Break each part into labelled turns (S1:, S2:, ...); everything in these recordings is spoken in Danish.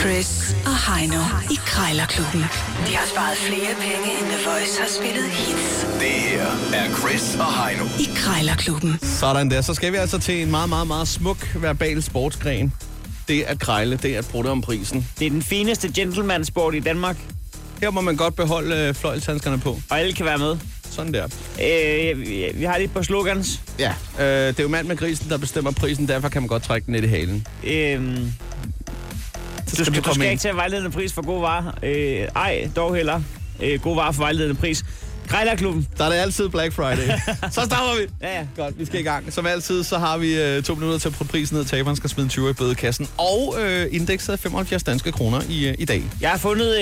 S1: Chris og Heino i Krejlerklubben. De har sparet flere penge, end The Voice har spillet hits
S2: Det her er Chris og Heino.
S1: i Krejlerklubben.
S3: Sådan der. Så skal vi altså til en meget, meget, meget smuk verbal sportsgren. Det at krejle, det at brutte om prisen.
S4: Det er den fineste gentleman-sport i Danmark,
S3: Her må man godt beholde øh, fløjlshandskerne på.
S4: og alle kan være med.
S3: Sådan der.
S4: Øh, vi- vi har lige et par slogans.
S3: Ja. Øh, det er jo mand med grisen, der bestemmer prisen, derfor kan man godt trække den lidt i halen.
S4: Øh,
S3: Så
S4: du,
S3: vi
S4: skal, du
S3: komme
S4: skal
S3: ind.
S4: ikke tage vejledende pris for god varer. Øh, ej, dog heller. Øh, god varer for vejledende pris. Grejlerklubben.
S3: Der er det altid Black Friday. så starter vi.
S4: Ja, ja.
S3: Godt, vi skal i gang. Som altid, så har vi øh, to minutter til at putte prisen ned. Taberen skal smide en 20 i bødekassen. Og øh, indekset er 75 danske kroner i, øh, i dag.
S4: Jeg har fundet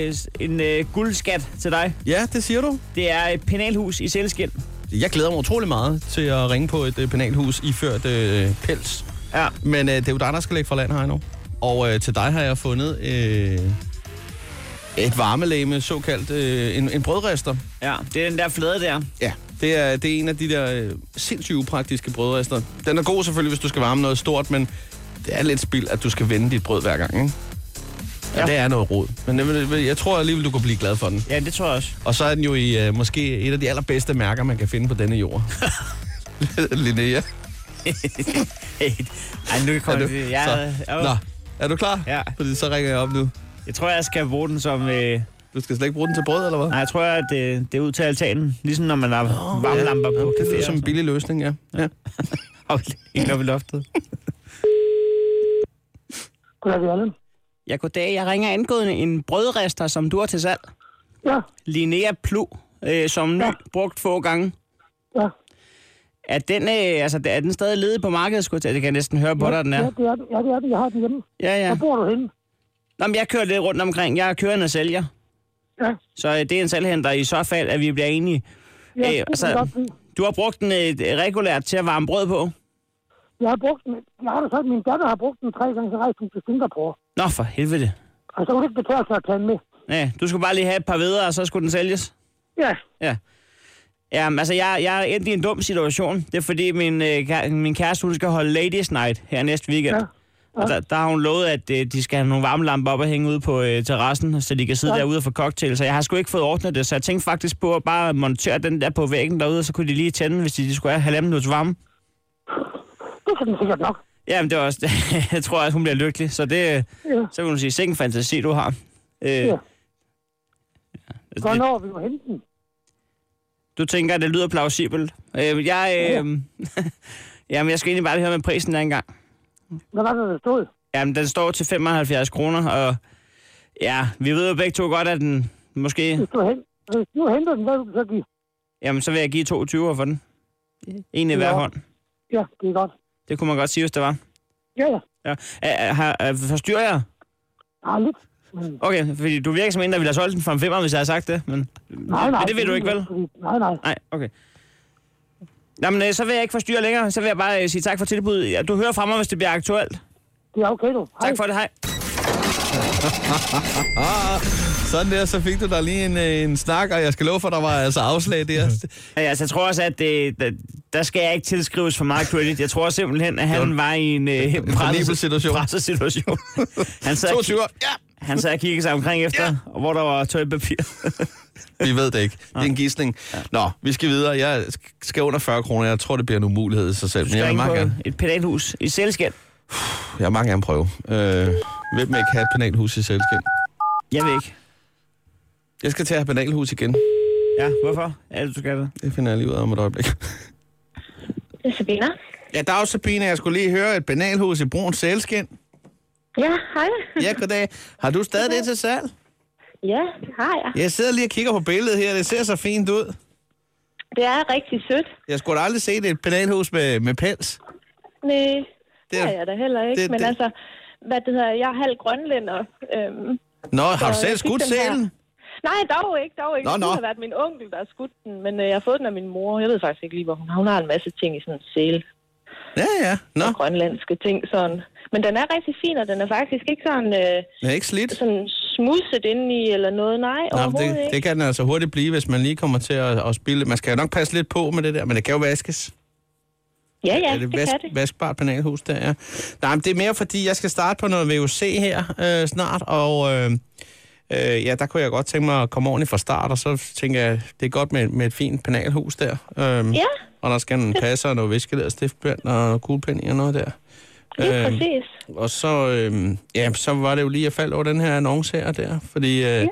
S4: øh, en øh, guldskat til dig.
S3: Ja, det siger du.
S4: Det er et penalhus i Sælskind.
S3: Jeg glæder mig utrolig meget til at ringe på et øh, penalhus iført øh, pels.
S4: Ja.
S3: Men øh, det er jo dig, der skal lægge for land her nu. Og øh, til dig har jeg fundet øh, et varmelæme, såkaldt øh, en, en brødrester.
S4: ja, det er den der flade der.
S3: Ja. Det er, det er en af de der øh, sindssygt upraktiske brødrester. Den er god selvfølgelig, hvis du skal varme noget stort, men det er lidt spild, at du skal vende dit brød hver gang, ikke? Ja.
S4: Ja.
S3: Det er noget rod. Men det vil- jeg tror alligevel, du kan blive glad for den.
S4: Ja, det tror jeg også.
S3: Og så er den jo i øh, måske et af de allerbedste mærker, man kan finde på denne jord. Linnea.
S4: Ej, nu kan jeg
S3: Er
S4: komme
S3: du,
S4: til- jeg,
S3: så,
S4: jeg,
S3: nå,
S4: jeg,
S3: er du klar?
S4: øh, Ja.
S3: Fordi så ringer jeg op nu.
S4: jeg tror, jeg skal bruge den som... Øh,
S3: Du skal slet ikke bruge den til brød, eller hvad?
S4: Nej, jeg tror, at øh, det, det er ud til altanen. Ligesom når man har varmelamper på
S3: Det
S4: caféer.
S3: lyder som en billig løsning, ja. ja.
S4: Ikke op i loftet.
S5: Goddag, Jørgen.
S4: Ja, goddag. Jeg ringer angående en brødrester, som du har til salg.
S5: Ja,
S4: Linnea Plu, øh, som ny,
S5: Ja.
S4: brugt få gange.
S5: ja.
S4: Er den, øh, altså, er den stadig ledig på markedet, skulle jeg til- Det kan jeg næsten høre på dig, den
S5: Ja,
S4: er.
S5: det er det. Ja, det er det. Jeg har den hjemme.
S4: Ja, ja.
S5: Hvor bor du henne?
S4: Nå, men jeg kører lidt rundt omkring. Jeg er kørende sælger.
S5: Ja,
S4: Så øh, det er en salghenter i så fald, at vi bliver enige.
S5: ja
S4: Øh,
S5: det
S4: altså-
S5: altså... kan jeg godt lide.
S4: Du har brugt den øh, regulært til at varme brød på.
S5: Jeg har brugt den. Jeg har da sagt, at min datter har brugt den tre gange, så rejste hun til Singapore.
S4: Nå, for helvede.
S5: Og så kunne det ikke betale sig at tage den med.
S4: Ja, du skulle bare lige have et par videre, og så skulle den sælges.
S5: Ja,
S4: Ja. Jamen, altså, jeg, jeg er endt i en dum situation. Det er fordi, min, øh, kære- min kæreste, hun skal holde Ladies Night her næste weekend. Ja.
S5: Ja.
S4: Og der, der har hun lovet, at øh, de skal have nogle varmelamper op og hænge ude på øh, terrassen, så de kan sidde ja. derude og få cocktails. Så jeg har sgu ikke fået ordnet det, så jeg tænkte faktisk på at bare montere den der på væggen derude, og så kunne de lige tænde, hvis de, de skulle have halvanden minutter varme.
S5: det kan den sikkert nok.
S4: Jamen, det var også, jeg tror, at hun bliver lykkelig. Så det, øh,
S5: Ja.
S4: så vil hun sige, sikken fantasi, du har. Øh, ja.
S5: Hvornår vi må hente den?
S4: Du tænker, at det lyder plausibelt. Øh, jeg, øh, jamen, jeg skal egentlig bare lige høre med prisen der engang.
S5: Hvad var det, der stod?
S4: Jamen, den står til 75 kroner, og ja, vi ved jo begge to godt, at den måske...
S5: Hvis du, hen... Hvis du henter den, hvad vil du så give?
S4: Jamen, så vil jeg give 22 for den. En i hver
S5: Ja.
S4: hånd.
S5: Ja, det er godt.
S4: Det kunne man godt sige, hvis det var.
S5: Ja, ja.
S4: Ja. Er, er, har- er, forstyrrer jeg?
S5: Nej, lidt. Men...
S4: Okay, fordi du virker som en, der ville have solgt den for en femmer, hvis jeg havde sagt det. Men,
S5: Nej, nej.
S4: men det ved du ikke, vel?
S5: Fordi... Nej, nej.
S4: Nej, okay. Jamen, øh, så vil jeg ikke forstyrre længere. Så vil jeg bare øh, sige tak for tilbuddet. Ja, Du hører fra mig, hvis det bliver aktuelt.
S5: Det er okay, du. Hej.
S4: Tak for det, hej.
S3: Sådan der, så fik du der lige en, øh, en snak, og jeg skal love for, der var altså afslag der.
S4: Ja, altså, jeg tror også, at det, der, der skal jeg ikke tilskrives for meget credit. Jeg tror simpelthen, at han var i en, øh,
S3: horribel situation.
S4: presset situation. Han sad, og kig-
S3: 22 år. Ja,
S4: han sad og kiggede sig omkring efter, ja. hvor der var tøjpapir.
S3: vi ved det ikke. Det er en gidsning. Nå, vi skal videre. Jeg sk- skal under 40 kroner. Jeg tror, det bliver en umulighed i sig selv. Men jeg vil
S4: Ringe
S3: meget
S4: på
S3: gerne,
S4: et penalhus i selskab.
S3: jeg vil meget gerne prøve. Øh, hvem vil ikke have et penalhus i selskab?
S4: Jeg ved ikke.
S3: Jeg skal til at have penalhus igen.
S4: Ja, hvorfor? Er det, du skal det?
S3: Det finder jeg lige ud af om et øjeblik.
S6: Det er Sabina.
S3: Ja, dag Sabine. Jeg skulle lige høre et penalhus i Bruns Sælskind.
S6: Ja, hej.
S3: Ja, goddag. Har du stadig det til salg?
S6: Ja, det har jeg.
S3: Jeg sidder lige og kigger på billedet her. Det ser så fint ud.
S6: Det er rigtig sødt.
S3: Jeg skulle da aldrig set et penalhus med, med pels.
S6: Nej,
S3: Det
S6: det
S3: er-
S6: er jeg da heller ikke.
S3: det-
S6: Det, Men
S3: det-
S6: det. altså, hvad det hedder, jeg er halv grønlænder. Øhm,
S3: Nå, har du
S6: så
S3: selv
S6: jeg fik
S3: skudt
S6: den her.
S3: sælen?
S6: Nej, dog ikke, dog ikke.
S3: Nå,
S6: det
S3: nå.
S6: kunne have været min onkel, der har skudt den, men øh, jeg har fået den af min mor. Jeg ved faktisk ikke lige, hvor hun har. Hun har en masse ting i sådan en sæl,
S3: Ja, ja. Nå,
S6: grønlandske ting, sådan. Men den er rigtig fin, og den er faktisk ikke sådan, øh,
S3: den er ikke slidt.
S6: sådan smudset indeni eller noget. Nej,
S3: Nå, men
S6: overhovedet
S3: det,
S6: ikke.
S3: det kan den altså hurtigt blive, hvis man lige kommer til at, at spille. Man skal jo nok passe lidt på med det der, men det kan jo vaskes.
S6: Ja, ja,
S3: er det,
S6: det
S3: vask,
S6: kan det.
S3: vaskbart penalhus, der er. Nej, men det er mere, fordi jeg skal starte på noget VUC her øh, snart, og øh, øh, ja, der kunne jeg godt tænke mig at komme ordentligt fra start, og så tænker jeg, det er godt med, med et fint penalhus der. Øh,
S6: Ja,
S3: Og der skal en passer og noget viskelæder, stiftblænd og noget kuglepind i og noget der.
S6: lige
S3: Øhm,
S6: præcis.
S3: Og så, øh, ja, så var det jo lige, at jeg faldt over den her annonce her der, fordi øh,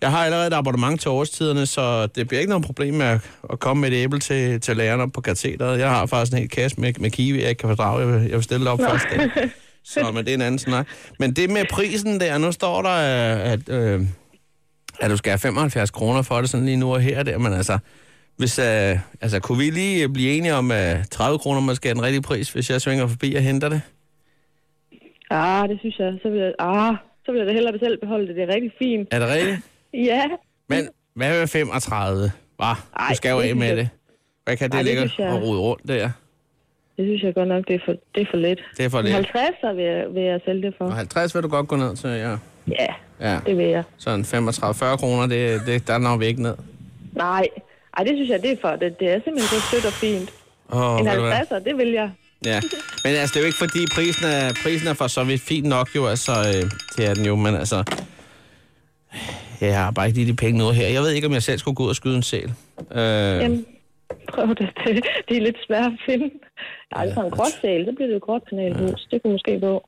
S3: jeg har allerede et abonnement til årstiderne, så det bliver ikke noget problem med at, at komme med et æble til, til lærerne op på katheteret. Jeg har faktisk en hel kasse med, med kiwi, jeg ikke kan fordrage. Jeg vil, jeg vil stille det op først. Så, men det er en anden snak. Men det med prisen der, nu står der, øh, at, øh, at du skal have 75 kroner for det sådan lige nu og her og der, men altså, hvis, øh, altså, kunne vi lige blive enige om øh, 30 kroner måske er den rigtige pris, hvis jeg svinger forbi og henter det?
S6: Ah, det synes jeg. Så vil jeg, ah, så vil jeg da hellere selv beholde det. Det er rigtig fint.
S3: Er det rigtigt?
S6: Ja,
S3: Men hvad med 35? Hva? Du
S6: Ej,
S3: skal jo
S6: det
S3: af med
S6: synes jeg-
S3: det. Hvad kan det,
S6: Ej,
S3: det
S6: det
S3: ligge
S6: synes jeg-
S3: og rode rundt der?
S6: det synes jeg godt nok, det er for, det er for lidt.
S3: Det er for lidt.
S6: 50 vil jeg, vil jeg sælge det for.
S3: Og 50 vil du godt gå ned til, ja.
S6: Ja,
S3: Ja,
S6: det vil jeg.
S3: sådan 35-40 kroner, det, det, der når vi ikke ned.
S6: Nej, Ej, det synes jeg, det er for. Det, det er simpelthen så sødt og fint.
S3: Åh,
S6: En
S3: ved du hvad?
S6: 50'er, det vil jeg.
S3: Ja, men altså, det er jo ikke fordi, prisen er, prisen er for så vidt fint nok jo, altså, øh, det er den jo, men altså, jeg har bare ikke lige de penge nu her. Jeg ved ikke, om jeg selv skulle gå ud og skyde en sæl. Øh, Jamen,
S6: Jamen, prøv det. det. Det er lidt svært at finde. Ja, altså en gråtsæl, så bliver det jo gråtkanalhus. Det kunne måske gå.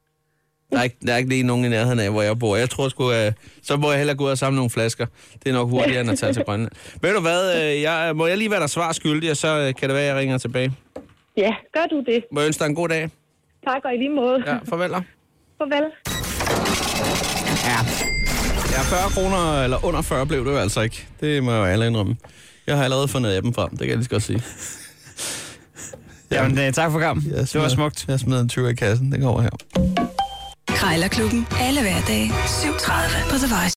S3: der, er ikke, der er ikke lige nogen i nærheden af, hvor jeg bor. Jeg tror sgu, øh, så må jeg hellere gå ud og samle nogle flasker. Det er nok hurtigere, end at tage til Grønland. Ved du hvad, øh, jeg, må jeg lige være der svar skyldig, og så øh, kan det være, jeg ringer tilbage.
S6: Ja, gør du det.
S3: Må jeg ønske dig en god dag?
S6: Tak, og i lige måde.
S3: Ja, farvel. da.
S6: Farvel.
S3: Ja, 40 kroner eller under 40 blev det jo altså ikke. Det må jeg jo alle indrømme. Jeg har allerede fundet appen frem, det kan jeg lige så godt sige.
S4: Jamen, øh, tak for kampen.
S3: Jeg
S4: Det var
S3: smider-
S4: smukt.
S3: Jeg smider en 20 i kassen, den kommer her.
S1: Krejlerklubben. Alle hverdage. 7.30 på The Voice.